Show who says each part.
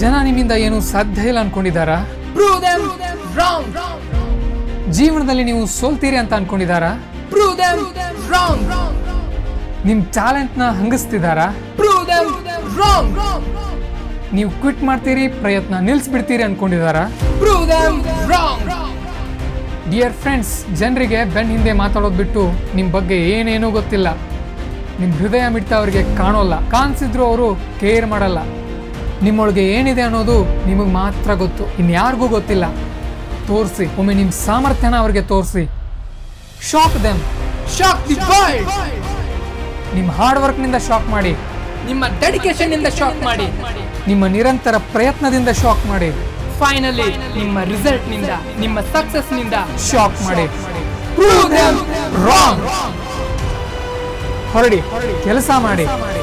Speaker 1: ಜನ ನಿಮ್ಮಿಂದ ಏನು ಸಾಧ್ಯ ಇಲ್ಲ ಅನ್ಕೊಂಡಿದ್ದಾರಾ Prove them wrong. ಜೀವನದಲ್ಲಿ ನೀವು ಸೋಲ್ತೀರಿ ಅಂತ ಅನ್ಕೊಂಡಿದ್ದಾರಾ Prove them wrong. ನಿಮ್ ಟ್ಯಾಲೆಂಟ್ನ ಹಂಗಿಸ್ತಿದ್ದಾರಾ Prove them wrong. ನೀವು ಕ್ವಿಟ್ ಮಾಡ್ತೀರಿ ಪ್ರಯತ್ನ ನಿಲ್ಸ್ಬಿಡ್ತೀರಿ ಅನ್ಕೊಂಡಿದ್ದಾರಾ Prove them wrong. Dear friends ಜನರಿಗೆ ಬೆನ್ನ ಹಿಂದೆ ಮಾತಾಡೋದು ಬಿಟ್ಟು ನಿಮ್ಮ ಬಗ್ಗೆ ಏನೇನೂ ಗೊತ್ತಿಲ್ಲ ನಿಮ್ಮ ಹೃದಯ ಮಿಡ್ತಾ ಅವರಿಗೆ ಕಾಣೋಲ್ಲ ಕಾಣಿಸಿದ್ರು ಅವರು ಕೇರ್ ಮಾಡಲ್ಲ ನಿಮ್ಮೊಳಗೆ ಏನಿದೆ ಅನ್ನೋದು ನಿಮಗೆ ಮಾತ್ರ ಗೊತ್ತು ಇನ್ಯಾರಿಗೂ ಗೊತ್ತಿಲ್ಲ ತೋರಿಸಿ ಒಮ್ಮೆ ನಿಮ್ಮ ಸಾಮರ್ಥ್ಯನ ಅವ್ರಿಗೆ ತೋರಿಸಿ ಶಾಕ್ ದೆಮ್ ಶಾಕ್ ದಿ ನಿಮ್ಮ ಹಾರ್ಡ್ ವರ್ಕ್ನಿಂದ ಶಾಕ್ ಮಾಡಿ
Speaker 2: ನಿಮ್ಮ ಡೆಡಿಕೇಶನ್ ಇಂದ ಶಾಕ್ ಮಾಡಿ
Speaker 1: ನಿಮ್ಮ ನಿರಂತರ ಪ್ರಯತ್ನದಿಂದ ಶಾಕ್ ಮಾಡಿ
Speaker 2: ಫೈನಲಿ ನಿಮ್ಮ ರಿಸಲ್ಟ್ ನಿಂದ ನಿಮ್ಮ ಸಕ್ಸಸ್ ನಿಂದ
Speaker 1: ಶಾಕ್ ಮಾಡಿ Prove them wrong. ಹೊರಡಿ ಕೆಲಸ ಮಾಡಿ